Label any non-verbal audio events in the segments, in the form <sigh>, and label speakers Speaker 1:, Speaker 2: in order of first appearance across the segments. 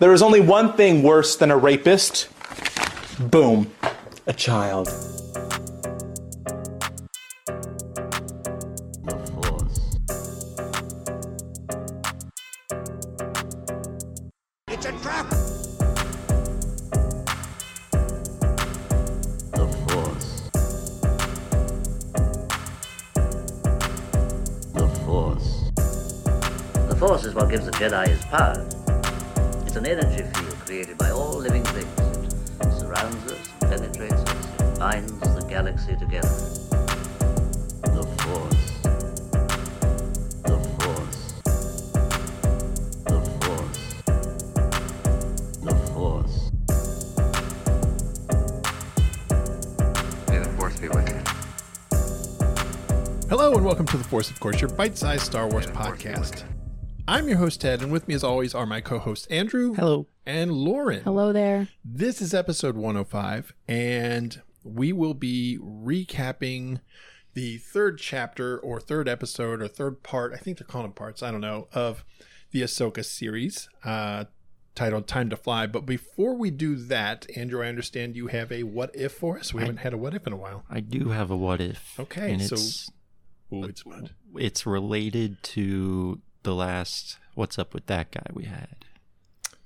Speaker 1: There is only one thing worse than a rapist. Boom. A child.
Speaker 2: It's a trap.
Speaker 3: The Force is what gives the Jedi his power. It's an energy field created by all living things. It surrounds us, penetrates us, it binds the galaxy together.
Speaker 2: The Force. The Force. The Force. The Force.
Speaker 4: May the force be with you.
Speaker 5: Hello and welcome to The Force, of course, your bite sized Star Wars
Speaker 4: And of course,
Speaker 5: podcast. I'm your host, Ted, and with me, as always, are my co hosts, Andrew.
Speaker 6: Hello.
Speaker 5: And Lauren.
Speaker 7: Hello there.
Speaker 5: This is episode 105, and we will be recapping the third chapter or third episode or third part. I think they're calling them parts. I don't know of the Ahsoka series uh, titled "Time to Fly." But before we do that, Andrew, I understand you have a what if for us. We haven't had a what if in a while.
Speaker 6: I do have a what if.
Speaker 5: Okay,
Speaker 6: and
Speaker 5: so-
Speaker 6: it's
Speaker 5: Oh, it's what?
Speaker 6: it's related to the last what's up with that guy we had.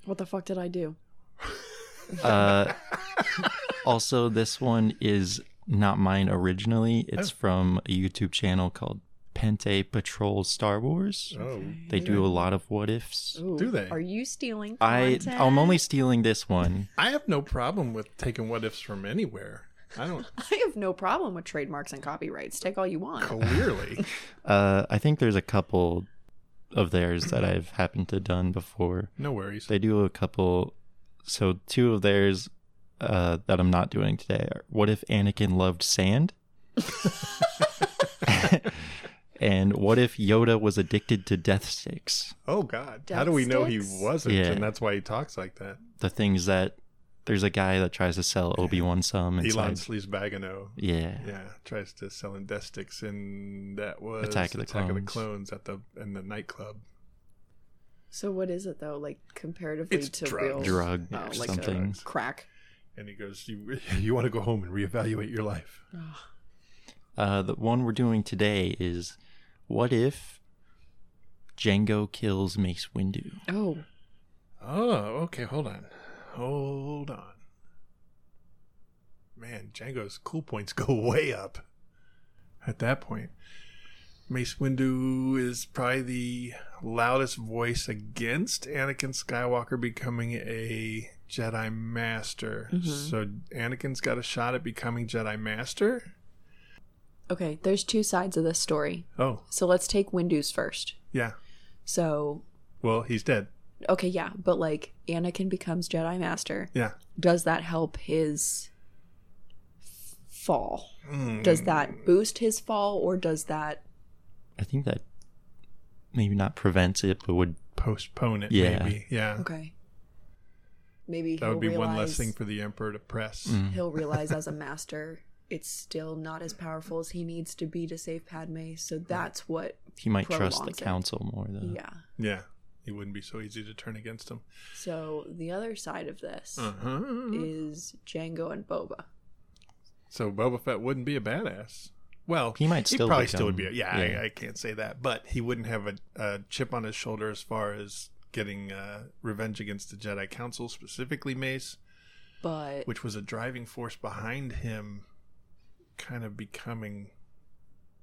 Speaker 7: What the fuck did I do?
Speaker 5: <laughs>
Speaker 6: Uh, also, this one is not mine originally. It's
Speaker 5: Oh.
Speaker 6: from a YouTube channel called Pente Patrol Star Wars.
Speaker 5: Oh,
Speaker 6: They do a lot of what ifs.
Speaker 7: Ooh,
Speaker 5: Do they?
Speaker 7: Are you stealing? <laughs>
Speaker 6: I
Speaker 7: Content?
Speaker 6: I'm only stealing this one.
Speaker 5: I have no problem with taking what ifs from anywhere. I don't
Speaker 7: I have no problem with trademarks and copyrights. Take all you want.
Speaker 5: clearly.
Speaker 6: Uh, I think there's a couple of theirs that I've happened to done before.
Speaker 5: No worries.
Speaker 6: They do a couple. So two of theirs uh, that I'm not doing today are what if Anakin loved sand? <laughs> and what if Yoda was addicted to death sticks?
Speaker 5: Oh God! How do we know he
Speaker 7: Deathsticks?
Speaker 5: wasn't?
Speaker 6: Yeah.
Speaker 5: And that's why he talks like that.
Speaker 6: The things that there's a guy that tries to sell Obi Wan some. And
Speaker 5: Elon
Speaker 6: says-
Speaker 5: Slezbagano.
Speaker 6: yeah.
Speaker 5: Yeah, tries to sell in death sticks, and that was
Speaker 6: Attack of the
Speaker 5: Clones at the in the nightclub.
Speaker 7: So what is it though? Like comparatively
Speaker 5: It's
Speaker 7: to
Speaker 5: drugs.
Speaker 7: real
Speaker 6: Drug
Speaker 7: oh,
Speaker 6: or
Speaker 7: like a
Speaker 6: something.
Speaker 7: crack.
Speaker 5: And he goes, "You <laughs> you want to go home and reevaluate your life?"
Speaker 6: Uh, the one we're doing today is what if Django kills Mace Windu?
Speaker 7: Oh,
Speaker 5: Oh, okay. Hold on, hold on. Man, Django's cool points <laughs> go way up. At that point, Mace Windu is probably the loudest voice against Anakin Skywalker becoming a Jedi Master.
Speaker 7: Mm-hmm.
Speaker 5: So Anakin's got a shot at becoming Jedi Master.
Speaker 7: okay. There's two sides of this story.
Speaker 5: Oh,
Speaker 7: So let's take Windu's first.
Speaker 5: yeah.
Speaker 7: So
Speaker 5: Well, he's dead.
Speaker 7: okay, yeah, but like Anakin becomes Jedi Master.
Speaker 5: Yeah.
Speaker 7: Does that help his f- fall?
Speaker 5: Hmm.
Speaker 7: Does that boost his fall, or does that?
Speaker 6: I think that maybe not prevents it, but would
Speaker 5: Postpone it,
Speaker 6: Yeah.
Speaker 5: maybe. Yeah.
Speaker 7: Okay. Maybe
Speaker 5: That would
Speaker 7: he'll
Speaker 5: be
Speaker 7: realize,
Speaker 5: one less thing <laughs> for the Emperor to press.
Speaker 7: he'll realize as a master, it's still not as powerful as he needs to be to save Padme. So that's what.
Speaker 6: he might trust the
Speaker 7: Prolongs it.
Speaker 6: council more though.
Speaker 7: Yeah.
Speaker 5: Yeah. He wouldn't be so easy to turn against him.
Speaker 7: So the other side of this
Speaker 5: Uh-huh.
Speaker 7: is Django and Boba.
Speaker 5: So Boba Fett wouldn't be a badass. Well,
Speaker 6: He might still
Speaker 5: probably still would be. A,
Speaker 6: become-
Speaker 5: yeah,
Speaker 6: yeah.
Speaker 5: I, I can't say that, but he wouldn't have a, a chip on his shoulder as far as getting uh, revenge against the Jedi Council, specifically Mace,
Speaker 7: But
Speaker 5: which was a driving force behind him, kind of becoming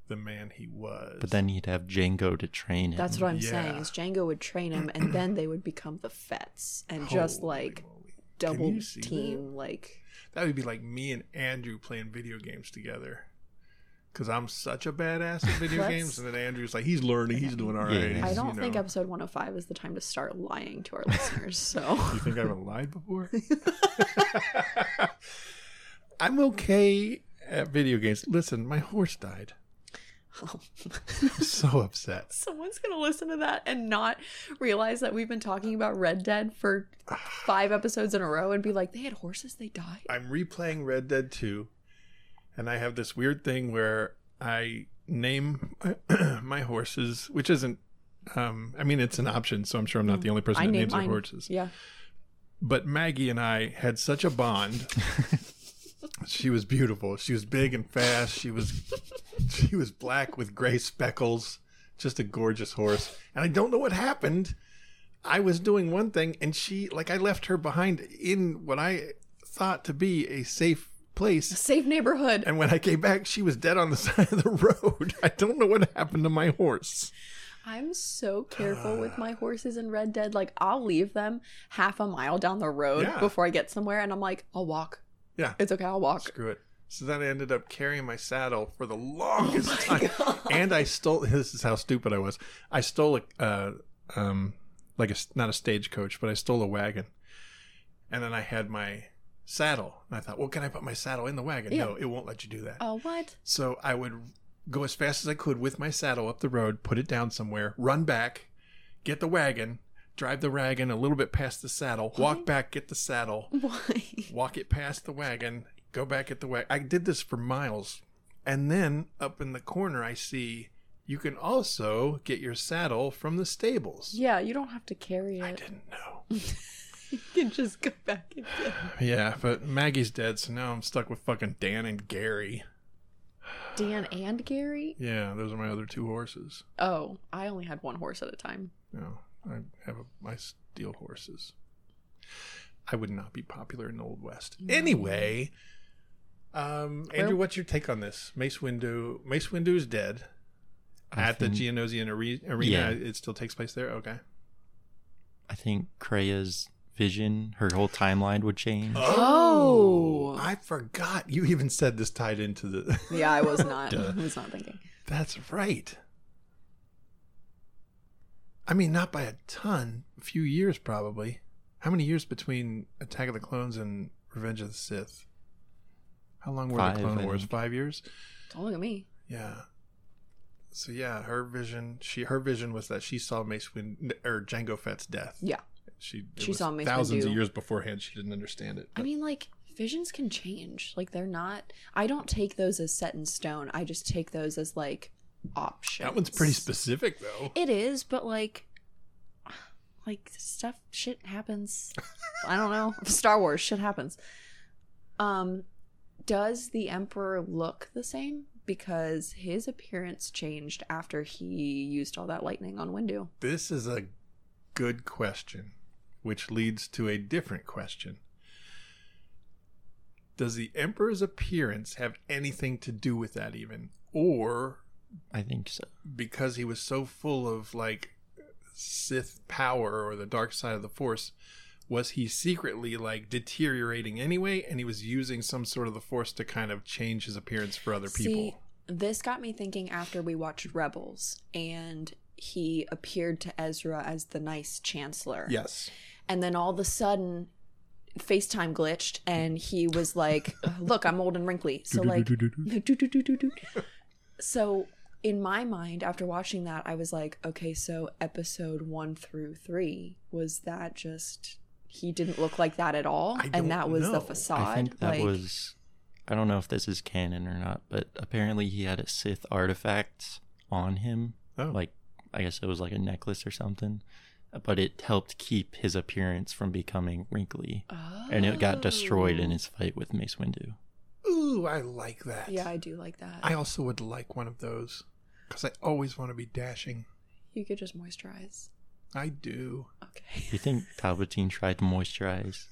Speaker 5: the man he was.
Speaker 6: But then he'd have Django to train him.
Speaker 7: that's what I'm
Speaker 5: Yeah.
Speaker 7: saying is Django would train him, and then they would become the Fets and just
Speaker 5: Holy
Speaker 7: like
Speaker 5: moly. Can
Speaker 7: double
Speaker 5: you see
Speaker 7: team. Like
Speaker 5: That would be like me and Andrew playing video games together. Because I'm such a badass at video
Speaker 7: Let's-
Speaker 5: games, and then Andrew's like, he's learning, he's doing all right.
Speaker 6: Yeah.
Speaker 7: I
Speaker 5: he's,
Speaker 7: don't
Speaker 5: you
Speaker 7: think
Speaker 5: know."
Speaker 7: episode 105 is the time to start lying to our listeners. So
Speaker 5: <laughs>
Speaker 7: <laughs>
Speaker 5: You think I haven't lied before? <laughs> I'm okay at video games. Listen, my horse died. I'm so <laughs> upset.
Speaker 7: <laughs> Someone's going to listen to that and not realize that we've been talking about Red Dead for five episodes in a row and be like, they had horses, they died.
Speaker 5: I'm replaying Red Dead 2, and I have this weird thing where I name <clears throat> my, my horses, which isn't. Um, I mean, it's an option, so I'm sure I'm not the only person that
Speaker 7: named
Speaker 5: names their
Speaker 7: mine-
Speaker 5: horses.
Speaker 7: Yeah.
Speaker 5: but Maggie and I had such a bond. she was beautiful. She was big and fast. She was <laughs> she was black with gray speckles. Just a gorgeous horse. And I don't know what happened. I was doing one thing and she like I left her behind in what I thought to be a safe place.
Speaker 7: Safe neighborhood.
Speaker 5: And when I came back, she was dead on the <laughs> side of the road. I don't know what happened to my horse.
Speaker 7: I'm so careful with
Speaker 5: Uh.
Speaker 7: my horses in Red Dead. Like, I'll leave them half a mile down the road
Speaker 5: Yeah.
Speaker 7: before I get somewhere, and I'm like, I'll walk.
Speaker 5: Yeah.
Speaker 7: It's okay, I'll walk.
Speaker 5: Screw it. So then I ended up carrying my saddle for the longest time, and I stole. <laughs> This is how stupid I was. I stole a, uh, um, like a s- not a stagecoach, but I stole a wagon, and then I had my saddle, and I thought, well, can I put my saddle in the wagon? No, it won't let you do that.
Speaker 7: Oh, what? <laughs>
Speaker 5: So I would go as fast as I could with my saddle up the road, put it down somewhere, run back, get the wagon, drive the wagon a little bit past the saddle, walk back, get the saddle,
Speaker 7: Why?
Speaker 5: walk it past the wagon, go back at the wagon. I did this for miles. And then up in the corner, I see you can also get your saddle from the stables.
Speaker 7: Yeah, you don't have to carry
Speaker 5: I
Speaker 7: it.
Speaker 5: didn't know.
Speaker 7: <laughs>
Speaker 5: <laughs>
Speaker 7: You can just go back and get
Speaker 5: yeah, but Maggie's dead, so now I'm stuck with fucking Dan and Gary.
Speaker 7: Dan and Gary?
Speaker 5: Yeah, those are my other two horses.
Speaker 7: Oh, I only had one horse at a time.
Speaker 5: No, I have a, I steal horses. I would not be popular in the old west. Anyway, um, Andrew,
Speaker 7: Well-
Speaker 5: what's your take on this? Mace Windu, Mace Windu is dead
Speaker 6: I
Speaker 5: at
Speaker 6: think-
Speaker 5: the Geonosian are- arena.
Speaker 6: Yeah.
Speaker 5: It still takes place there. Okay.
Speaker 6: I think Krea's vision, her whole timeline would change.
Speaker 7: Oh.
Speaker 5: I forgot. You even said this tied into the.
Speaker 7: Yeah,
Speaker 5: <laughs>
Speaker 7: I was not. I was not thinking.
Speaker 5: That's right. I mean, not by a ton. A few years, probably. How many years between Attack of the Clones and Revenge of the Sith? How long were
Speaker 6: Five,
Speaker 5: the
Speaker 6: I
Speaker 5: Clone Wars?
Speaker 6: think.
Speaker 5: Five years.
Speaker 7: Don't look at me.
Speaker 5: Yeah. So yeah, her vision. She her vision was that she saw Mace Wind or Jango Fett's death.
Speaker 7: Yeah.
Speaker 5: She it
Speaker 7: She
Speaker 5: was
Speaker 7: saw Mace
Speaker 5: thousands of
Speaker 7: Windu.
Speaker 5: years beforehand. She didn't understand it.
Speaker 7: I mean, like, visions can change. Like, they're not. I don't take those as set in stone. I just take those as, like, options.
Speaker 5: that one's pretty specific, though.
Speaker 7: It is, but, like, <sighs> like, stuff, shit happens. I don't know. Star Wars, shit happens. Um, does the Emperor look the same? Because his appearance changed after he used all that lightning on Windu.
Speaker 5: This is a good question, which leads to a different question. Does the Emperor's appearance have anything to do with that, even? Or
Speaker 6: I think so.
Speaker 5: because he was so full of like Sith power or the dark side of the Force, was he secretly like deteriorating anyway and he was using some sort of the Force to kind of change his appearance for other people?
Speaker 7: this got me thinking after we watched Rebels and he appeared to Ezra as the nice chancellor.
Speaker 5: yes.
Speaker 7: And then all of a sudden, FaceTime glitched and he was like, "Uh, Look, I'm old and wrinkly. So, like, so in my mind, after watching that, I was like, Okay, so episode one through three, was that just. He didn't look like that at all,
Speaker 5: I don't
Speaker 7: and that was
Speaker 5: know. I
Speaker 7: the facade.
Speaker 6: I think that
Speaker 7: like,
Speaker 6: was. I don't know if this is canon or not, but apparently he had a Sith artifact on him.
Speaker 5: Oh.
Speaker 6: Like, I guess it was like a necklace or something. But it helped keep his appearance from becoming wrinkly. And it got destroyed in
Speaker 7: Oh.
Speaker 6: his fight with Mace Windu.
Speaker 5: Ooh, I like that.
Speaker 7: Yeah, I do like that.
Speaker 5: I also would like one of those because I always want to be dashing.
Speaker 7: You could just moisturize.
Speaker 5: I do.
Speaker 7: Okay.
Speaker 6: You
Speaker 7: <laughs>
Speaker 6: think Palpatine tried to moisturize,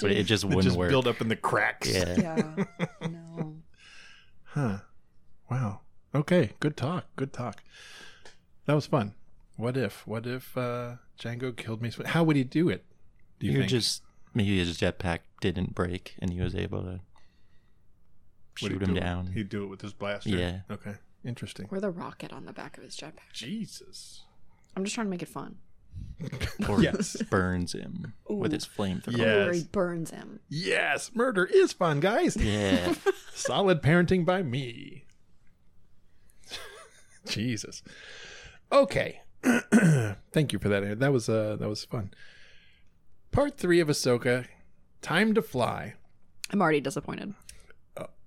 Speaker 6: but it just wouldn't work.
Speaker 5: build up in the cracks.
Speaker 6: yeah.
Speaker 7: Yeah.
Speaker 5: <laughs>
Speaker 7: no.
Speaker 5: Huh. Wow. Okay. Good talk. Good talk. That was fun. What if? What if uh, Django killed me? How would he do it? Do you
Speaker 6: You're
Speaker 5: think?
Speaker 6: just maybe his jetpack didn't break and he was able to
Speaker 5: Would he
Speaker 6: shoot him
Speaker 5: do it-
Speaker 6: down.
Speaker 5: He'd do it with his blaster.
Speaker 6: Yeah.
Speaker 5: Okay. Interesting.
Speaker 7: Or the rocket on the back of his jetpack.
Speaker 5: Jesus.
Speaker 7: I'm just trying to make it fun.
Speaker 6: <laughs> Or
Speaker 5: Yes.
Speaker 6: burns him with
Speaker 7: Ooh.
Speaker 6: his flamethrower.
Speaker 5: Yeah.
Speaker 7: Or he
Speaker 5: <laughs> Yes.
Speaker 7: burns him.
Speaker 5: Yes. Murder is fun, guys.
Speaker 7: <laughs>
Speaker 6: Yeah.
Speaker 5: Solid parenting by me. Jesus. Okay. <clears throat> Thank you for that. Aaron. That was uh that was fun. Part three of Ahsoka. Time to fly.
Speaker 7: I'm already disappointed.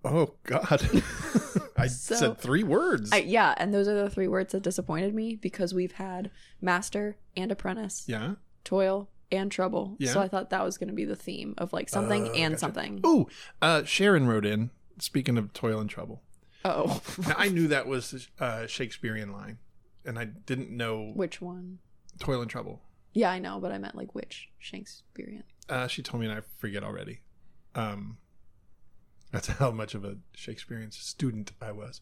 Speaker 5: Oh God. <laughs> I said three words.
Speaker 7: I, yeah, and those are the three words that disappointed me because we've had master and apprentice,
Speaker 5: yeah.
Speaker 7: toil and trouble.
Speaker 5: Yeah.
Speaker 7: So I thought that was going to be the theme of like something
Speaker 5: Oh,
Speaker 7: and
Speaker 5: gotcha.
Speaker 7: something.
Speaker 5: Ooh, uh, Sharon wrote in. Speaking of toil and trouble,
Speaker 7: Oh,
Speaker 5: now, I knew that was uh, Shakespearean line, and I didn't know
Speaker 7: <laughs> which one?
Speaker 5: toil and trouble.
Speaker 7: Yeah, I know, but I meant like which Shakespearean.
Speaker 5: Uh, she told me, and I forget already. Um, that's <laughs> how much of a Shakespearean student I was.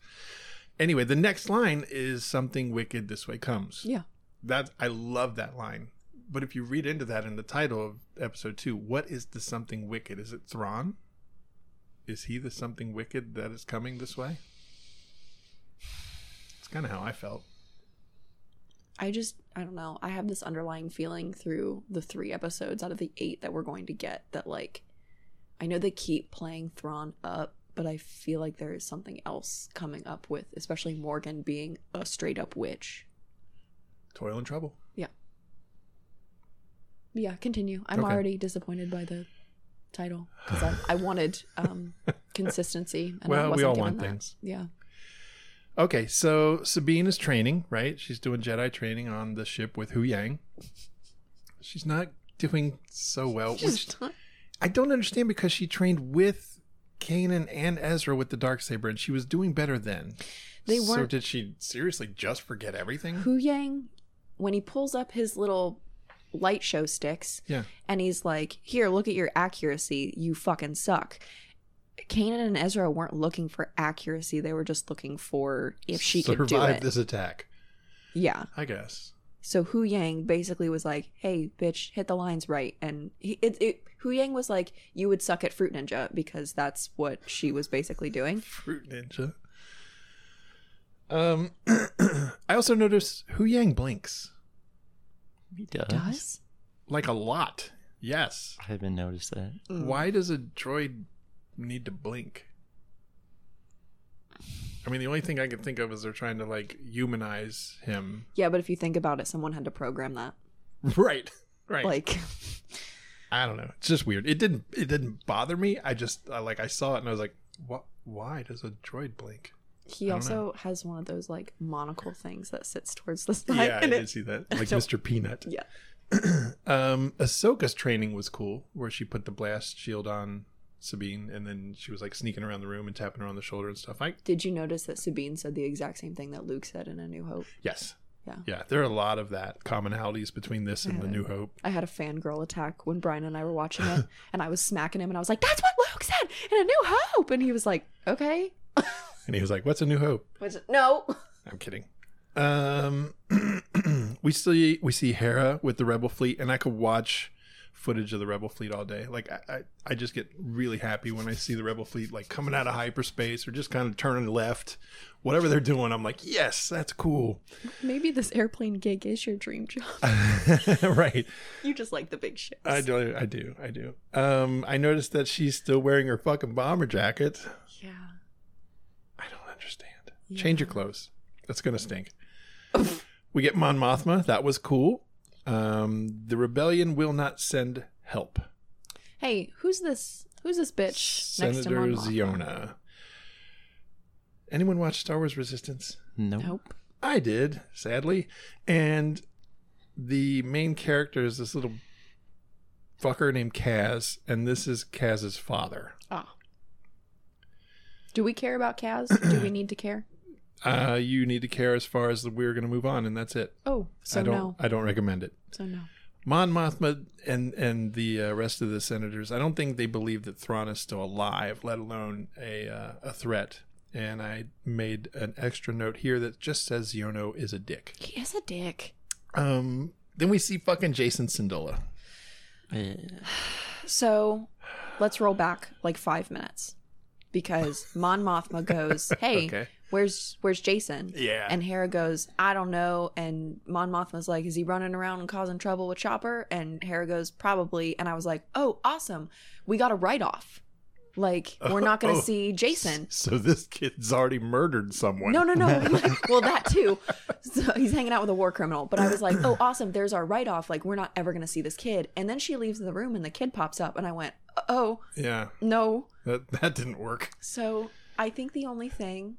Speaker 5: Anyway, the next line is "Something wicked this way comes."
Speaker 7: Yeah.
Speaker 5: That I love that line. But if you read into that in the title of episode two, what is the something wicked? Is it Thrawn? Is he the something wicked that is coming this way? It's kind of how I felt.
Speaker 7: I just I don't know. I have this underlying feeling through the three episodes out of the eight that we're going to get that like I know they keep playing Thrawn up, but I feel like there is something else coming up with, especially Morgan being a straight up witch.
Speaker 5: Toil and trouble.
Speaker 7: Yeah, continue. I'm
Speaker 5: Okay.
Speaker 7: already disappointed by the title because I, I wanted
Speaker 5: <laughs>
Speaker 7: um, consistency. And I
Speaker 5: Well, we
Speaker 7: wasn't
Speaker 5: all
Speaker 7: given
Speaker 5: want
Speaker 7: that.
Speaker 5: things.
Speaker 7: Yeah.
Speaker 5: Okay, so Sabine is training, right? She's doing Jedi training on the ship with Hu Yang. She's not doing so well,
Speaker 7: <laughs>
Speaker 5: which
Speaker 7: Just-
Speaker 5: I don't understand because she trained with Kanan and Ezra with the dark saber, and she was doing better then.
Speaker 7: They
Speaker 5: So
Speaker 7: weren't-
Speaker 5: did she seriously just forget everything?
Speaker 7: Hu Yang, when he pulls up his little light show sticks
Speaker 5: Yeah.
Speaker 7: and he's like, Here, look at your accuracy. You fucking suck. Kanan and Ezra weren't looking for accuracy. They were just looking for if she could do
Speaker 5: Survive
Speaker 7: it.
Speaker 5: this attack,
Speaker 7: Yeah.
Speaker 5: I guess.
Speaker 7: So Hu Yang basically was like, "Hey, bitch, hit the lines right," and he, it, it, Hu Yang was like, "You would suck at Fruit Ninja because that's what she was basically doing."
Speaker 5: Fruit ninja. Um, <clears throat> I also noticed Hu Yang blinks
Speaker 6: He does.
Speaker 7: Does
Speaker 5: like a lot. Yes.
Speaker 6: I haven't noticed that.
Speaker 5: Why does a droid need to blink? I mean, the only thing I can think of is they're trying to like humanize him.
Speaker 7: yeah, but if you think about it, someone had to program that.
Speaker 5: Right. Right.
Speaker 7: Like,
Speaker 5: I don't know. It's just weird. It didn't it didn't bother me. I just I, like I saw it and I was like, "What why does a droid blink?" I
Speaker 7: he
Speaker 5: don't
Speaker 7: also has one of those like monocle things that sits towards the <laughs> side.
Speaker 5: Yeah, I
Speaker 7: and
Speaker 5: did
Speaker 7: it-
Speaker 5: see
Speaker 7: <laughs>
Speaker 5: that. Like
Speaker 7: don't-
Speaker 5: Mr. Peanut.
Speaker 7: Yeah.
Speaker 5: Um Ahsoka's training was cool where she put the blast shield on Sabine and then she was like sneaking around the room and tapping her on the shoulder and stuff. I
Speaker 7: Did you notice that Sabine said the exact same thing that Luke said in A New Hope?
Speaker 5: Yes.
Speaker 7: Yeah.
Speaker 5: Yeah. There are a lot of that commonalities between this and the
Speaker 7: Yeah.
Speaker 5: New Hope.
Speaker 7: I had a fangirl attack when Brian and I were watching
Speaker 5: <laughs>
Speaker 7: it, and I was smacking him, and I was like, "That's what Luke said in A New Hope," and he was like, "Okay."
Speaker 5: And he was like, What's a New Hope?
Speaker 7: Which, no. <laughs>
Speaker 5: I'm kidding. Um <clears throat> we see we see Hera with the Rebel fleet, and I could watch footage of the Rebel fleet all day. Like I, I, I just get really happy when I see the Rebel fleet like coming out of hyperspace or just kind of turning left. Whatever they're doing, I'm like, yes, that's cool.
Speaker 7: Maybe this airplane gig is your dream job.
Speaker 5: <laughs> right.
Speaker 7: You just like the big ships.
Speaker 5: I do I do. I do. Um I noticed that she's still wearing her fucking bomber jacket.
Speaker 7: Yeah.
Speaker 5: I don't understand. Change your clothes. That's gonna stink. we get Mon Mothma. That was cool. Um, the rebellion will not send help.
Speaker 7: Hey, who's this? Who's this bitch next to
Speaker 5: Senator
Speaker 7: Mon Mothma?
Speaker 5: Ziona. Anyone watch Star Wars Resistance?
Speaker 6: Nope.
Speaker 7: Nope.
Speaker 5: I did, sadly. And the main character is this little fucker named Kaz, and this is Kaz's father.
Speaker 7: Ah. Do we care about Kaz? Do we need to care?
Speaker 5: Uh, you need to care as far as the we're going to move on, and that's it.
Speaker 7: Oh, so
Speaker 5: I don't.
Speaker 7: no.
Speaker 5: I don't recommend it.
Speaker 7: So no.
Speaker 5: Mon Mothma and and the uh, rest of the senators, I don't think they believe that Thrawn is still alive, let alone a uh, a threat. And I made an extra note here that just says Yono is a dick.
Speaker 7: He is a dick.
Speaker 5: Um, then we see fucking Jason Sindola.
Speaker 6: Eh,
Speaker 7: So let's roll back like five minutes. Because
Speaker 5: <laughs>
Speaker 7: Mon Mothma goes, Hey,
Speaker 5: Okay.
Speaker 7: where's where's Jason?
Speaker 5: Yeah.
Speaker 7: And Hera goes, I don't know. And Mon Mothma's like, Is he running around and causing trouble with Chopper? And Hera goes, Probably. And I was like, Oh, awesome. We got a write off. Like, we're not gonna
Speaker 5: <laughs> Oh.
Speaker 7: see Jason.
Speaker 5: So this kid's already murdered someone.
Speaker 7: No, no, no.
Speaker 5: <laughs>
Speaker 7: well, that too. So he's hanging out with a war criminal. But I was like,
Speaker 5: <clears throat>
Speaker 7: oh, awesome. There's our write off. Like, we're not ever going to see this kid. And then she leaves the room and the kid pops up. And I went, oh,
Speaker 5: Yeah,
Speaker 7: no.
Speaker 5: that that didn't work.
Speaker 7: So I think the only thing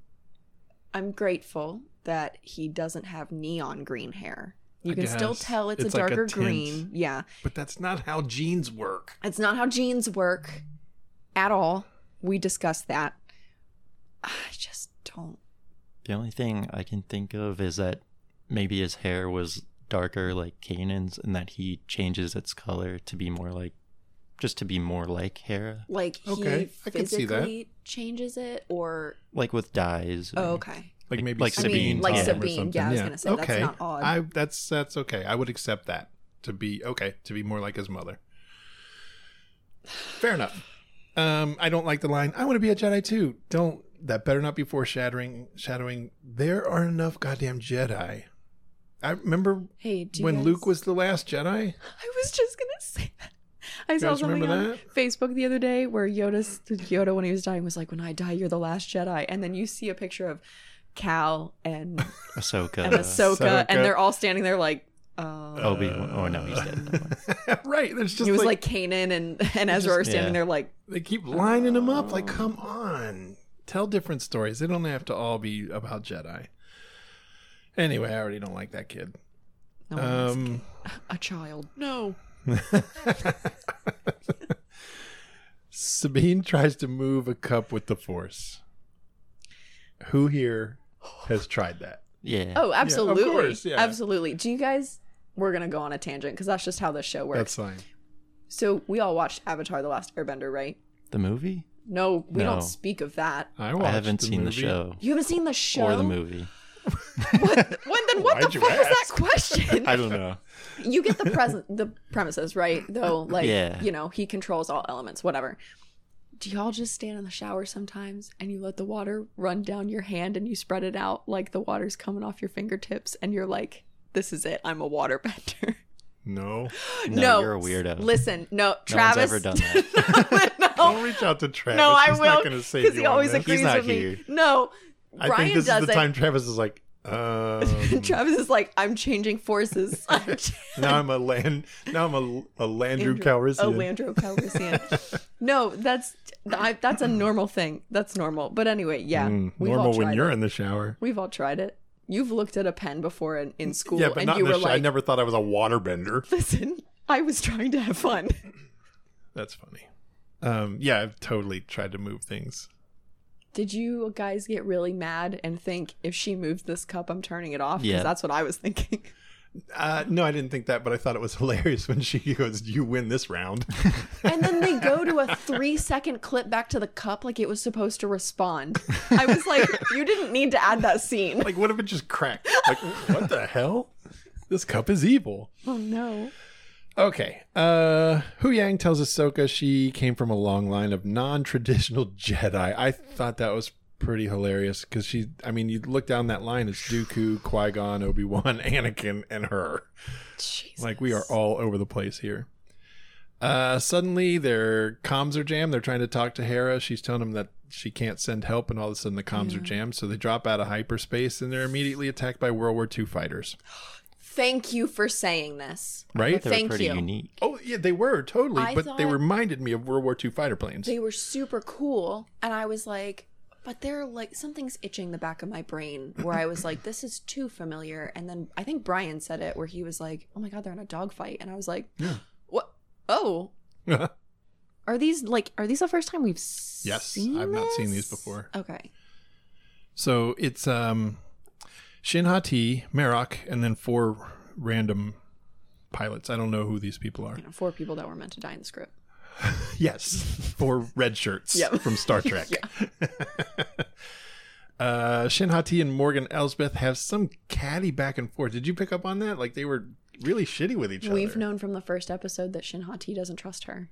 Speaker 7: I'm grateful that he doesn't have neon green hair You
Speaker 5: I
Speaker 7: can still
Speaker 5: guess.
Speaker 7: tell it's,
Speaker 5: It's
Speaker 7: a
Speaker 5: like a
Speaker 7: darker
Speaker 5: tint.
Speaker 7: green. Yeah.
Speaker 5: But that's not how genes work.
Speaker 7: It's not how genes work at all. We discussed that. I just don't.
Speaker 6: The only thing I can think of is that maybe his hair was darker like Kanan's and that he changes its color to be more like just to be more like Hera.
Speaker 7: Like,
Speaker 5: Okay,
Speaker 7: he
Speaker 5: I can see that.
Speaker 7: physically changes it or.
Speaker 6: Like with dyes.
Speaker 7: Oh,
Speaker 6: or-
Speaker 7: okay.
Speaker 5: Like maybe
Speaker 6: Like
Speaker 7: I mean,
Speaker 6: Sabine
Speaker 7: like
Speaker 6: Tom or
Speaker 7: Sabine. Yeah, I was gonna say
Speaker 5: okay.
Speaker 7: that's not odd.
Speaker 5: I that's that's okay. I would accept that to be okay to be more like his mother. Fair enough. Um, I don't like the line. I want to be a Jedi too. Don't that better not be foreshadowing. Shadowing. There are enough goddamn Jedi. I remember
Speaker 7: hey, do you
Speaker 5: when
Speaker 7: guys-
Speaker 5: Luke was the last Jedi.
Speaker 7: <laughs>
Speaker 5: <laughs>
Speaker 7: I was just gonna <laughs> say that. I saw
Speaker 5: guys
Speaker 7: something
Speaker 5: remember
Speaker 7: on
Speaker 5: that?
Speaker 7: Facebook the other day where Yoda's Yoda when he was dying was like, "When I die, you're the last Jedi," and then you see a picture of Cal
Speaker 5: <laughs>
Speaker 7: and
Speaker 6: Ahsoka.
Speaker 5: Uh,
Speaker 7: and Ahsoka,
Speaker 5: Ahsoka.
Speaker 7: and they're all standing there like, uh,
Speaker 6: Obi oh no, he's dead.
Speaker 7: <laughs>
Speaker 6: Never mind.
Speaker 5: right. There's just
Speaker 7: it was
Speaker 5: like,
Speaker 7: like, Kanan and <laughs> and Ezra are standing
Speaker 6: yeah.
Speaker 7: there like,
Speaker 5: they keep lining them up. Like, come on, tell different stories. They don't have to all be about Jedi. Anyway, I already don't like that kid.
Speaker 7: no, one is
Speaker 5: Um,
Speaker 7: a child. Oh, No,
Speaker 5: Sabine tries to move a cup with the Force. Who here has tried that?
Speaker 6: Yeah.
Speaker 7: oh, absolutely,
Speaker 5: course, yeah.
Speaker 7: absolutely. Do you guys? We're gonna go on a tangent because that's just how this show works.
Speaker 5: That's fine.
Speaker 7: so we all watched Avatar: The Last Airbender, right?
Speaker 6: The movie?
Speaker 7: No, we
Speaker 6: No.
Speaker 7: don't speak of that.
Speaker 5: I,
Speaker 6: I
Speaker 5: watched
Speaker 6: haven't seen
Speaker 5: movie.
Speaker 6: the show.
Speaker 7: You haven't seen the show
Speaker 6: Or the movie.
Speaker 7: <gasps> When then what
Speaker 5: Why'd
Speaker 7: the
Speaker 5: you
Speaker 7: fuck was that
Speaker 5: ask?
Speaker 7: question?
Speaker 6: <laughs> don't know.
Speaker 7: you get the present the premises, right?
Speaker 6: <laughs>
Speaker 7: Though like
Speaker 6: Yeah.
Speaker 7: you know, he controls all elements, whatever. Do y'all just stand in the shower sometimes and you let the water run down your hand and you spread it out like the water's coming off your fingertips and you're like, This is it, I'm a waterbender.
Speaker 5: <laughs> No,
Speaker 6: No,
Speaker 7: No,
Speaker 6: you're a weirdo.
Speaker 7: Listen, no,
Speaker 6: No one's
Speaker 7: Travis.
Speaker 6: ever done
Speaker 7: <laughs>
Speaker 6: that.
Speaker 5: don't
Speaker 7: Oh. no,
Speaker 5: reach out to Travis.
Speaker 7: no, I
Speaker 5: He's not
Speaker 7: will
Speaker 5: going to save
Speaker 7: because
Speaker 5: you
Speaker 7: he
Speaker 5: on
Speaker 7: always
Speaker 5: this.
Speaker 7: agrees
Speaker 6: not
Speaker 7: with
Speaker 6: here.
Speaker 7: me. No,
Speaker 5: I
Speaker 7: Brian
Speaker 5: think this
Speaker 7: does
Speaker 5: is the
Speaker 7: it.
Speaker 5: time Travis is like,
Speaker 7: <laughs>
Speaker 5: um,
Speaker 7: Travis is like, I'm changing forces. <laughs> I'm
Speaker 5: now I'm a land, now I'm a, a Landrew
Speaker 7: Andrew-
Speaker 5: Calrissian.
Speaker 7: Oh, Landro Calrissian. no, that's I, that's a normal thing. That's normal. But anyway, yeah,
Speaker 5: Mm,
Speaker 7: we've
Speaker 5: normal
Speaker 7: all tried
Speaker 5: when you're
Speaker 7: it.
Speaker 5: in the shower.
Speaker 7: We've all tried it. You've looked at a pen before in, in school,
Speaker 5: Yeah, but
Speaker 7: and
Speaker 5: not
Speaker 7: you
Speaker 5: in the
Speaker 7: were
Speaker 5: shower. I
Speaker 7: like,
Speaker 5: never thought I was a waterbender.
Speaker 7: "Listen, I was trying to have fun."
Speaker 5: That's funny. Um, yeah, I've totally tried to move things.
Speaker 7: <laughs> Did you guys get really mad and think if she moves this cup, I'm turning it off? Because
Speaker 6: Yeah.
Speaker 7: that's what I was thinking.
Speaker 5: Uh, no, I didn't think that, but I thought it was <laughs> hilarious when she goes, "You win this <laughs> round."
Speaker 7: And then they go to a three second clip back to the cup like it was supposed to respond. I was like, you didn't need to add that scene.
Speaker 5: like, what if it just cracked? <laughs> Like, what the hell? This cup is evil.
Speaker 7: Oh no.
Speaker 5: Okay. Uh, Hu Yang tells Ahsoka she came from a long line of non-traditional <laughs> Jedi. I thought that was pretty hilarious because she. I mean, you look down that line: it's Dooku, Qui Gon, Obi Wan, <laughs> Anakin, and her.
Speaker 7: Jesus.
Speaker 5: Like we are all over the place here. Uh, suddenly their comms are jammed. They're trying to talk to Hera. She's telling them that she can't send help, and all of a sudden the comms are jammed. So they drop out of hyperspace, and they're immediately attacked by World War II fighters.
Speaker 7: Thank you for saying this.
Speaker 5: Right?
Speaker 6: They were
Speaker 7: <laughs> Thank
Speaker 6: pretty
Speaker 7: you.
Speaker 6: unique.
Speaker 5: Oh yeah, they were totally,
Speaker 7: I
Speaker 5: but they
Speaker 7: thought-
Speaker 5: reminded me of World War II fighter planes.
Speaker 7: They were super cool, and I was like, but they're like something's itching the back of my brain where I was like, this is too familiar. And then I think Brian said it where he was like, oh my god, they're in a dogfight, and I was like, what? Oh, are these like are these the first time we've seen
Speaker 5: yes, I've not seen these
Speaker 7: this?
Speaker 5: before.
Speaker 7: Okay,
Speaker 5: <laughs> So it's um, Shin Hati, Merok, and then four random pilots. I don't know who these people are.
Speaker 7: you know, four people that were meant to die in the script. <laughs>
Speaker 5: Yes, four red shirts
Speaker 7: Yep.
Speaker 5: from
Speaker 7: <laughs>
Speaker 5: Star Trek. <laughs> uh, Shin Hati and Morgan Elsbeth have some catty back and forth. Did you pick up on that? Like they were really shitty with each
Speaker 7: We've
Speaker 5: other.
Speaker 7: known from the first episode that Shin Hati doesn't trust her.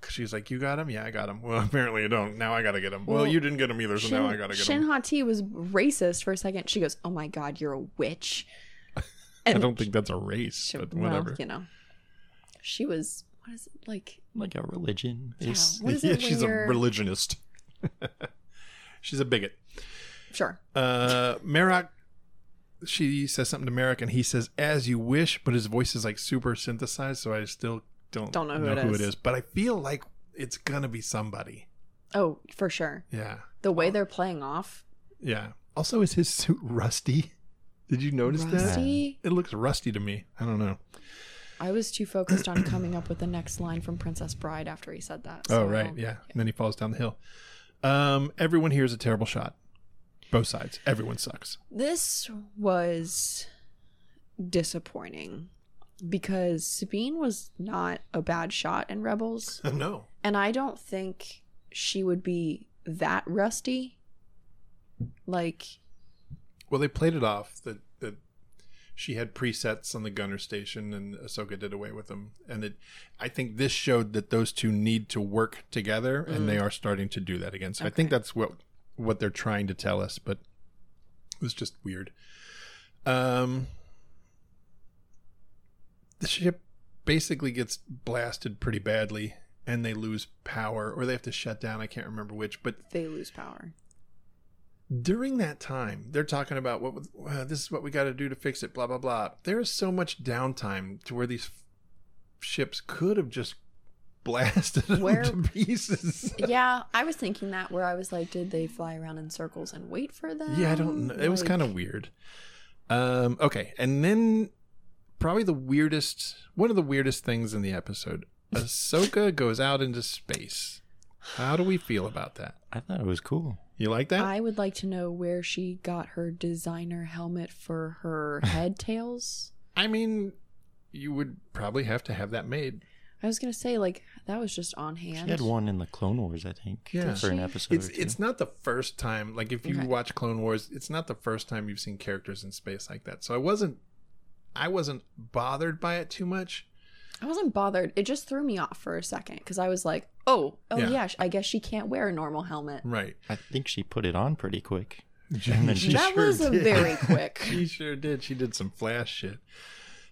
Speaker 5: Because she's like, "You got him? Yeah, I got him. <laughs> Well, apparently you don't. Now I gotta get him. Well,
Speaker 7: Well,
Speaker 5: you didn't get him either, so
Speaker 7: Shin,
Speaker 5: now I gotta get
Speaker 7: Shin
Speaker 5: him."
Speaker 7: Hati was racist for a second. She goes, "Oh my god, you're a witch."
Speaker 5: <laughs>
Speaker 7: And
Speaker 5: I don't think that's a race,
Speaker 7: <laughs> she,
Speaker 5: but
Speaker 7: well,
Speaker 5: whatever. <laughs>
Speaker 7: you know, she was what is it like?
Speaker 6: Like a religion. It's-
Speaker 7: Yeah, what is
Speaker 5: Yeah,
Speaker 7: it? when
Speaker 5: she's a
Speaker 7: you're-
Speaker 5: religionist. <laughs> she's a bigot.
Speaker 7: Sure.
Speaker 5: Uh, Merrick, she says something to Merrick, and he says, "As you wish," but his voice is like super synthesized, so I still don't
Speaker 7: Don't know who it is.
Speaker 5: But I feel like it's gonna be somebody.
Speaker 7: Oh, for sure.
Speaker 5: Yeah,
Speaker 7: The way they're playing off.
Speaker 5: yeah. Also, is his suit rusty? Did you notice that?
Speaker 7: Rusty?
Speaker 5: It looks rusty to me. I don't know.
Speaker 7: I was too focused on coming up with the next line from Princess Bride after he said that.
Speaker 5: Oh
Speaker 7: so I
Speaker 5: right,
Speaker 7: don't-
Speaker 5: yeah. And then he falls down the hill. Um, everyone here is a terrible shot. Both sides. Everyone sucks.
Speaker 7: This was disappointing because Sabine was not a bad shot in Rebels,
Speaker 5: Oh, no.
Speaker 7: and I don't think she would be that rusty. Like,
Speaker 5: Well, they played it off that that she had presets on the gunner station, and Ahsoka did away with them. And it, I think this showed that those two need to work together, and they are starting to do that again. So I think that's what what they're trying to tell us, but it was just weird. Um, the ship basically gets blasted pretty badly, and they lose power, or they have to shut down. I can't remember which, but
Speaker 7: they
Speaker 5: <laughs>
Speaker 7: lose power.
Speaker 5: during that time they're talking about what uh, this is what we got to do to fix it blah blah blah there is so much downtime to where these f- ships could have just <laughs> blasted them
Speaker 7: Where-
Speaker 5: to
Speaker 7: <laughs>
Speaker 5: pieces
Speaker 7: yeah, I was thinking that where I was like, did they fly around in circles and wait for them?
Speaker 5: <laughs> yeah i don't know it was
Speaker 7: Like,
Speaker 5: kind of weird um okay and then probably the weirdest one of the weirdest things in the episode ahsoka
Speaker 7: <laughs>
Speaker 5: goes out into space how do we feel about that
Speaker 6: I thought it was cool.
Speaker 5: you like that
Speaker 7: I would like to know where she got her designer helmet for
Speaker 5: <laughs>
Speaker 7: her head tails.
Speaker 5: i mean you would probably have to have that made
Speaker 7: I was gonna say like that was just on hand.
Speaker 6: She had one in the Clone Wars, I think,
Speaker 5: Yeah.
Speaker 6: for an
Speaker 7: She-
Speaker 6: episode.
Speaker 5: it's
Speaker 6: or two.
Speaker 5: it's not the first time like if you
Speaker 7: Okay.
Speaker 5: watch clone wars it's not the first time you've seen characters in space like that so i wasn't i wasn't bothered by it too much
Speaker 7: I wasn't bothered. It just threw me off for a second because I was like, oh, oh
Speaker 5: Yeah. Mm,
Speaker 7: yeah. sh I guess she can't wear a normal helmet. <laughs>
Speaker 5: right
Speaker 6: I think she put it on pretty quick. And then she
Speaker 7: that was a very
Speaker 5: <laughs>
Speaker 7: quick.
Speaker 5: she sure did she did some flash shit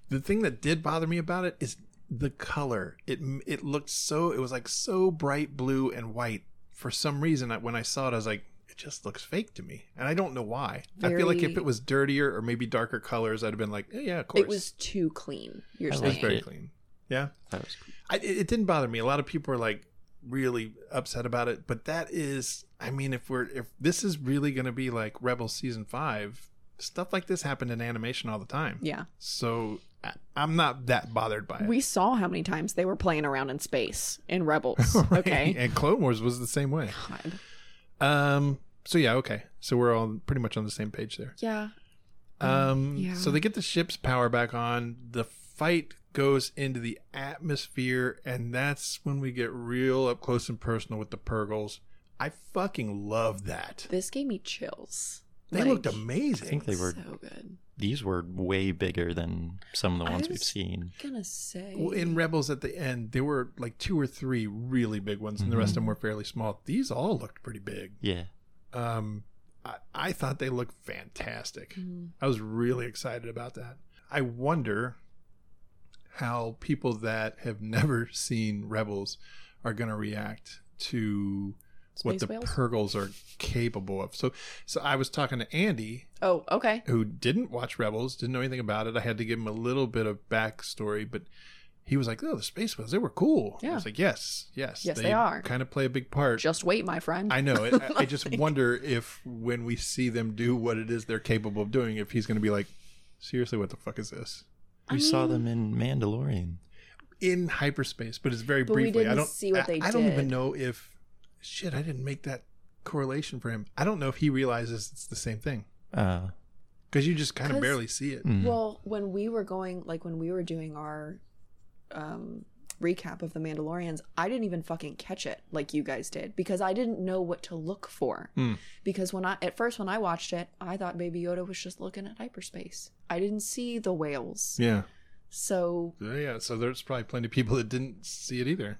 Speaker 5: the thing that did bother me about it is the color it it looked so it was like so bright blue and white for some reason I, when i saw it i was like it just looks fake to me and i don't know why i feel like if
Speaker 7: Very-
Speaker 5: it was dirtier or maybe darker colors i'd have been like eh, yeah of course
Speaker 7: It was too clean. You're
Speaker 6: I
Speaker 5: it
Speaker 7: saying.
Speaker 5: was
Speaker 6: like
Speaker 5: very
Speaker 6: it.
Speaker 5: clean yeah
Speaker 6: That was cool.
Speaker 5: I, it it didn't bother me. A lot of people are like really upset about it, but that is, I mean, if we're if this is really going to be like Rebel season five, stuff like this happened in animation all the time.
Speaker 7: Yeah,
Speaker 5: So I, I'm not that bothered by it. <laughs>
Speaker 7: we saw how many times they were playing around in space in Rebels.
Speaker 5: <laughs> Right?
Speaker 7: Okay,
Speaker 5: And Clone Wars was the same way.
Speaker 7: God.
Speaker 5: Um. So yeah. Okay. So we're all pretty much on the same page there.
Speaker 7: yeah,
Speaker 5: Um,
Speaker 7: yeah.
Speaker 5: So they get the ship's power back on. The fight goes into the atmosphere, and that's when we get real up close and personal with the Purgles. I fucking love that.
Speaker 7: this gave me chills.
Speaker 5: They
Speaker 7: Like,
Speaker 5: looked
Speaker 6: I
Speaker 5: amazing.
Speaker 6: think they were
Speaker 7: so good.
Speaker 6: these were way bigger than some of the
Speaker 7: I
Speaker 6: ones we've
Speaker 7: was
Speaker 6: seen.
Speaker 7: Gonna say
Speaker 5: Well, in Rebels at the end, there were like two or three really big ones, and the rest of them
Speaker 6: Mm-hmm.
Speaker 5: were fairly small. These all looked pretty big.
Speaker 6: Yeah.
Speaker 5: Um, I, I thought they looked fantastic.
Speaker 7: Mhm.
Speaker 5: I was really excited about that. I wonder how people that have never seen Rebels are going to react to what the
Speaker 7: Space whales?
Speaker 5: Purgles are capable of. So, so I was talking to Andy,
Speaker 7: oh, okay.
Speaker 5: who didn't watch Rebels, didn't know anything about it. I had to give him a little bit of backstory, but he was like, "Oh, the space whales—they were cool." I
Speaker 7: Yeah.
Speaker 5: was like, "Yes, yes,
Speaker 7: Yes, they are.
Speaker 5: Kind of play a big part."
Speaker 7: Just wait, my friend.
Speaker 5: I
Speaker 7: <laughs>
Speaker 5: know. It, I- I just wonder if when we see them do what it is they're capable of doing, if he's going to be like, seriously, what the fuck is this?
Speaker 6: We saw them in Mandalorian.
Speaker 5: In hyperspace, but it's very
Speaker 7: But we
Speaker 5: briefly. I
Speaker 7: didn't
Speaker 5: don't
Speaker 7: see what
Speaker 5: I-
Speaker 7: they
Speaker 5: I don't even
Speaker 7: did.
Speaker 5: know if shit. I didn't make that correlation for him. I don't know if he realizes it's the same thing
Speaker 6: Uh,
Speaker 5: because you just kind of
Speaker 7: 'Cause-
Speaker 5: barely see
Speaker 7: <laughs>
Speaker 5: it.
Speaker 6: mm.
Speaker 7: Well, when we were going, like when we were doing our um, recap of the Mandalorians, I didn't even fucking catch it like you guys did because I didn't know what to look for.
Speaker 5: Hmm.
Speaker 7: Because when I at first when I watched it, I thought Baby Yoda was just looking at hyperspace. I didn't see the whales,
Speaker 5: Yeah,
Speaker 7: so
Speaker 5: Uh, yeah. So there's probably plenty of people that didn't see it either.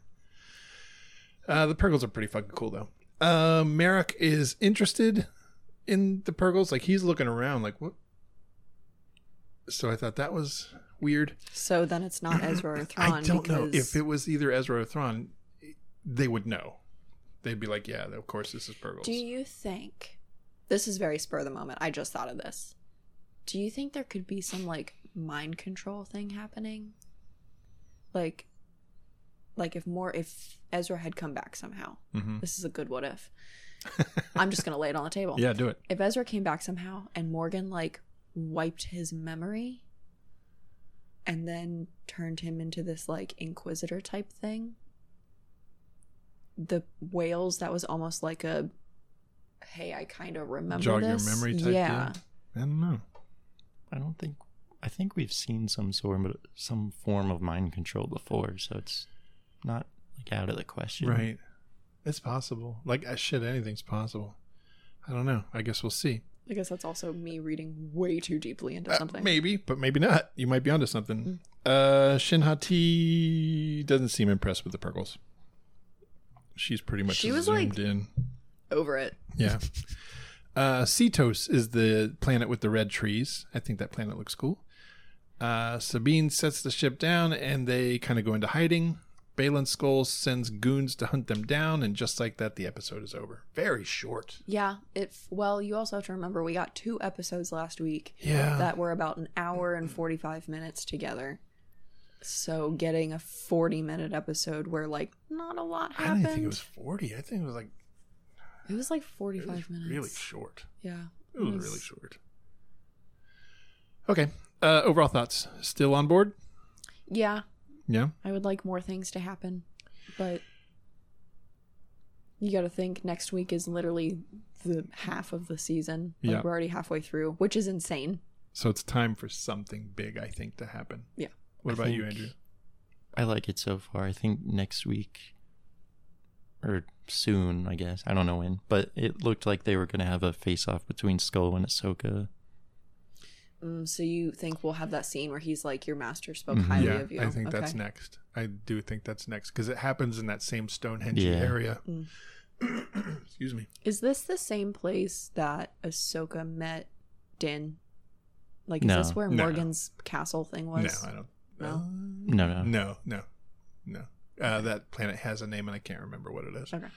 Speaker 5: Uh, the Purgles are pretty fucking cool though. Uh, Merrick is interested in the Purgles. Like he's looking around, like what? So I thought that was weird.
Speaker 7: so then
Speaker 5: <clears throat>
Speaker 7: it's not Ezra or Thrawn.
Speaker 5: I don't know
Speaker 7: because-
Speaker 5: if it was either Ezra or Thrawn. They would know. They'd be like, yeah, of course this is Purgles.
Speaker 7: Do you think this is very spur of the moment? I just thought of this. Do you think there could be some like mind control thing happening? Like like if more if Ezra had come back somehow.
Speaker 5: Mhm.
Speaker 7: This is a good what
Speaker 5: <laughs>
Speaker 7: if. I'm just going to lay it on the table.
Speaker 5: Yeah, do it.
Speaker 7: If Ezra came back somehow and Morgan like wiped his memory and then turned him into this like inquisitor type thing the whales that was almost like a hey i kind of remember
Speaker 5: Jog your
Speaker 7: this.
Speaker 5: memory type
Speaker 7: yeah
Speaker 5: deal? I don't know.
Speaker 6: I don't think. I think we've seen some sort of some form of mind control before, so it's not like out of the question.
Speaker 5: Right. It's possible. Like, uh, shit, anything's possible. I don't know. I guess we'll see.
Speaker 7: i guess that's also me reading way too deeply into
Speaker 5: Uh,
Speaker 7: something Hmm.
Speaker 5: maybe, but maybe not. You might be onto something. Uh, Shinhati doesn't seem impressed with the Purgles. She's pretty much
Speaker 7: She was,
Speaker 5: zoomed
Speaker 7: like-
Speaker 5: in.
Speaker 7: over it
Speaker 5: Yeah. Uh, Cetos is the planet with the red trees. I think that planet looks cool. Uh, Sabine sets the ship down and they kind of go into hiding. Balin Skull sends goons to hunt them down, and just like that, the episode is over. Very short.
Speaker 7: yeah if well you also have to remember we got two episodes last week
Speaker 5: Yeah.
Speaker 7: that were about an hour and 45 minutes together so getting a 40 minute episode where like not a lot
Speaker 5: I
Speaker 7: happened
Speaker 5: didn't think it was 40. I think it was like
Speaker 7: It was like
Speaker 5: it
Speaker 7: 45
Speaker 5: was
Speaker 7: minutes.
Speaker 5: really short.
Speaker 7: Yeah.
Speaker 5: It was, really short. Okay. Uh, overall thoughts. Still on board?
Speaker 7: Yeah,
Speaker 5: Yeah.
Speaker 7: I would like more things to happen, but you got to think next week is literally the half of the season. Like
Speaker 5: Yeah.
Speaker 7: we're already halfway through, which is insane.
Speaker 5: So it's time for something big, I think, to happen.
Speaker 7: Yeah.
Speaker 5: What
Speaker 6: I
Speaker 5: about you,
Speaker 6: think-
Speaker 5: Andrew?
Speaker 6: I like it so far. I think next week or soon, I guess. I don't know when, but it looked like they were going to have a face-off between Skull and Ahsoka.
Speaker 7: Mm, so you think we'll have that scene where he's like, "Your master spoke
Speaker 6: Mhm.
Speaker 7: highly
Speaker 5: Mm-hmm. yeah,
Speaker 7: of you."
Speaker 5: I think
Speaker 7: okay.
Speaker 5: that's next. I do think that's next because it happens in that same Stonehenge
Speaker 6: Yeah.
Speaker 5: area.
Speaker 7: Mm.
Speaker 5: <clears throat> Excuse me.
Speaker 7: Is this the same place that Ahsoka met Din? Like, is
Speaker 6: No.
Speaker 7: this where
Speaker 5: No.
Speaker 7: Morgan's castle thing was?
Speaker 5: no, I don't.
Speaker 6: No, no.
Speaker 5: No, no, no. Uh, that planet has a name and I can't remember what it is.
Speaker 7: Okay.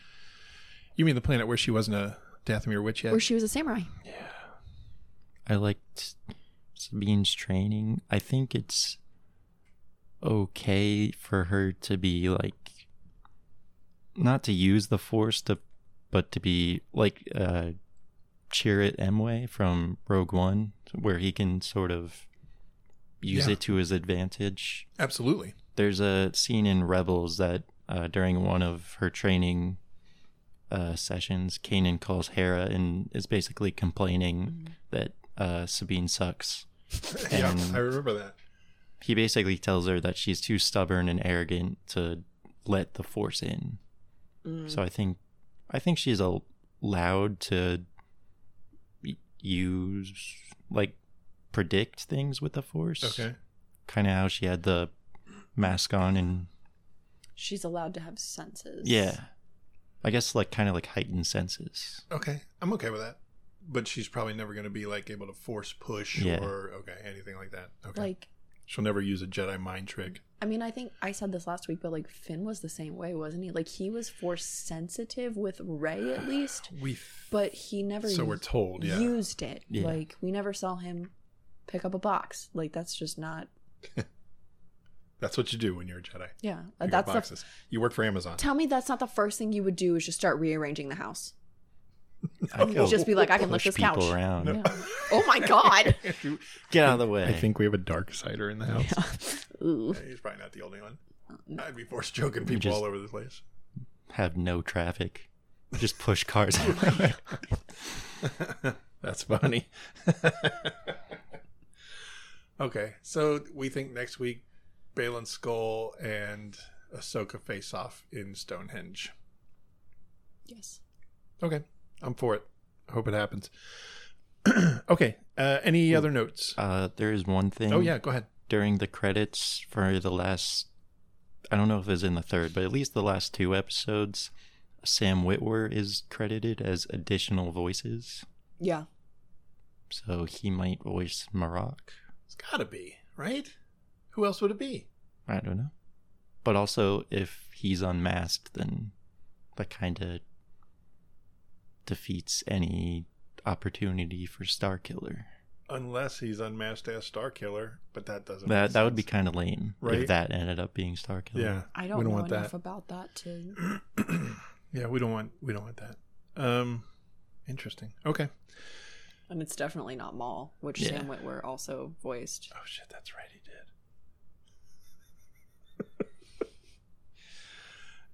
Speaker 5: You mean the planet where she wasn't a Dathomir witch yet?
Speaker 7: Where she was a samurai.
Speaker 6: I liked Sabine's training. I think it's okay for her to be like not to use the force to but to be like uh cheer it Emway from Rogue One where he can sort of use
Speaker 5: Yeah.
Speaker 6: it to his advantage
Speaker 5: Absolutely. <laughs>
Speaker 6: there's a scene in Rebels that uh, during one of her training uh, sessions, Kanan calls Hera and is basically complaining that uh, Sabine sucks.
Speaker 5: yeah,
Speaker 6: And-
Speaker 5: I remember that.
Speaker 6: He basically tells her that she's too stubborn and arrogant to let the Force in. So I think, I think she's al- allowed to y- use like predict things with the Force.
Speaker 5: Okay.
Speaker 6: kind of how she had the mask on and
Speaker 7: She's allowed to have senses.
Speaker 6: Yeah. I guess like kind of like heightened senses.
Speaker 5: Okay. I'm okay with that. But she's probably never going to be like able to force push
Speaker 6: Yeah.
Speaker 5: or okay anything like that. Okay.
Speaker 7: Like
Speaker 5: She'll never use a Jedi mind trick.
Speaker 7: I mean, I think I said this last week, but like Finn was the same way, wasn't he? Like he was force sensitive with Ray
Speaker 5: <sighs>
Speaker 7: at least,
Speaker 5: We.
Speaker 7: but he never
Speaker 5: So we're told. Yeah.
Speaker 7: used it.
Speaker 6: Yeah.
Speaker 7: Like we never saw him pick up a box. Like that's just not.
Speaker 5: That's what you do when you're a Jedi.
Speaker 7: Yeah,
Speaker 5: Pick up
Speaker 7: Uh, that's the.
Speaker 5: boxes. You work for Amazon. <laughs>
Speaker 7: Tell me that's not the first thing you would do is just start rearranging the house.
Speaker 6: I feel
Speaker 7: Just be like, I can lift
Speaker 6: push
Speaker 7: this couch.
Speaker 6: people around.
Speaker 7: Yeah. Oh
Speaker 5: <laughs>
Speaker 7: my god.
Speaker 6: Get out of the way.
Speaker 5: I think we have a dark sider in the house.
Speaker 7: <laughs> Ooh.
Speaker 5: Yeah, He's probably not the only one. I'd be force joking people
Speaker 6: just-
Speaker 5: all over the place.
Speaker 6: have no traffic. Just push
Speaker 7: <laughs>
Speaker 6: cars. out of my-
Speaker 5: <laughs> That's funny. okay, so we think next week, Balin Skull and Ahsoka face off in Stonehenge.
Speaker 7: Yes.
Speaker 5: Okay, I'm for it. I hope it happens. <clears throat> okay, uh, any other notes?
Speaker 6: uh, there is one thing.
Speaker 5: Oh yeah, go ahead.
Speaker 6: During the credits for the last, I don't know if it was in the third, but at least the last two episodes, Sam Witwer is credited as additional voices.
Speaker 7: Yeah.
Speaker 6: So he might voice Marak.
Speaker 5: It's gotta be right. Who else would it be?
Speaker 6: I don't know. But also, if he's unmasked, then that kind of defeats any opportunity for Star Killer.
Speaker 5: Unless he's unmasked as Star Killer, but that doesn't.
Speaker 6: That
Speaker 5: make
Speaker 6: that would be
Speaker 5: sense.
Speaker 6: kind of lame
Speaker 5: Right.
Speaker 6: if that ended up being Star Killer.
Speaker 5: Yeah,
Speaker 7: I don't,
Speaker 5: we don't
Speaker 7: know
Speaker 5: want
Speaker 7: enough
Speaker 5: that.
Speaker 7: about that to.
Speaker 5: <clears throat> yeah, we don't want we don't want that. Um, interesting. Okay.
Speaker 7: And it's definitely not Maul, which
Speaker 6: Yeah.
Speaker 7: Sam Witwer also voiced.
Speaker 5: Oh shit, that's right, he did. <laughs>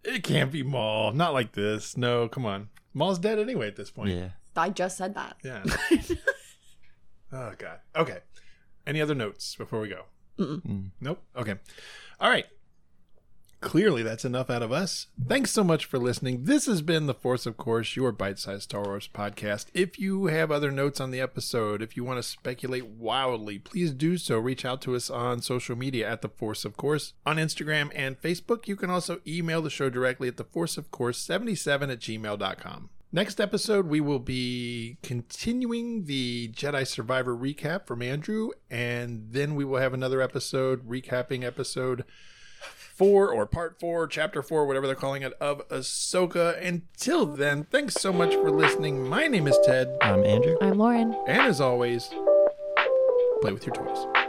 Speaker 5: it can't be Maul. Not like this. No, come on. Maul's dead anyway at this point.
Speaker 6: Yeah.
Speaker 7: I just said that.
Speaker 5: Yeah.
Speaker 7: <laughs>
Speaker 5: oh god. Okay. Any other notes before we go?
Speaker 6: Mm.
Speaker 5: Nope. Okay. All right. Clearly, that's enough out of us. Thanks so much for listening. This has been The Force, of course, your bite sized Star Wars podcast. If you have other notes on the episode, if you want to speculate wildly, please do so. Reach out to us on social media at The Force, of course, on Instagram and Facebook. You can also email the show directly at The Force, of course, 77 at gmail.com. Next episode, we will be continuing the Jedi Survivor recap from Andrew, and then we will have another episode recapping episode four or part four, chapter four, whatever they're calling it, of Ahsoka. Until then, thanks so much for listening. My name is Ted,
Speaker 6: I'm Um, Andrew.
Speaker 7: I'm Lauren.
Speaker 5: and as always, play with your toys.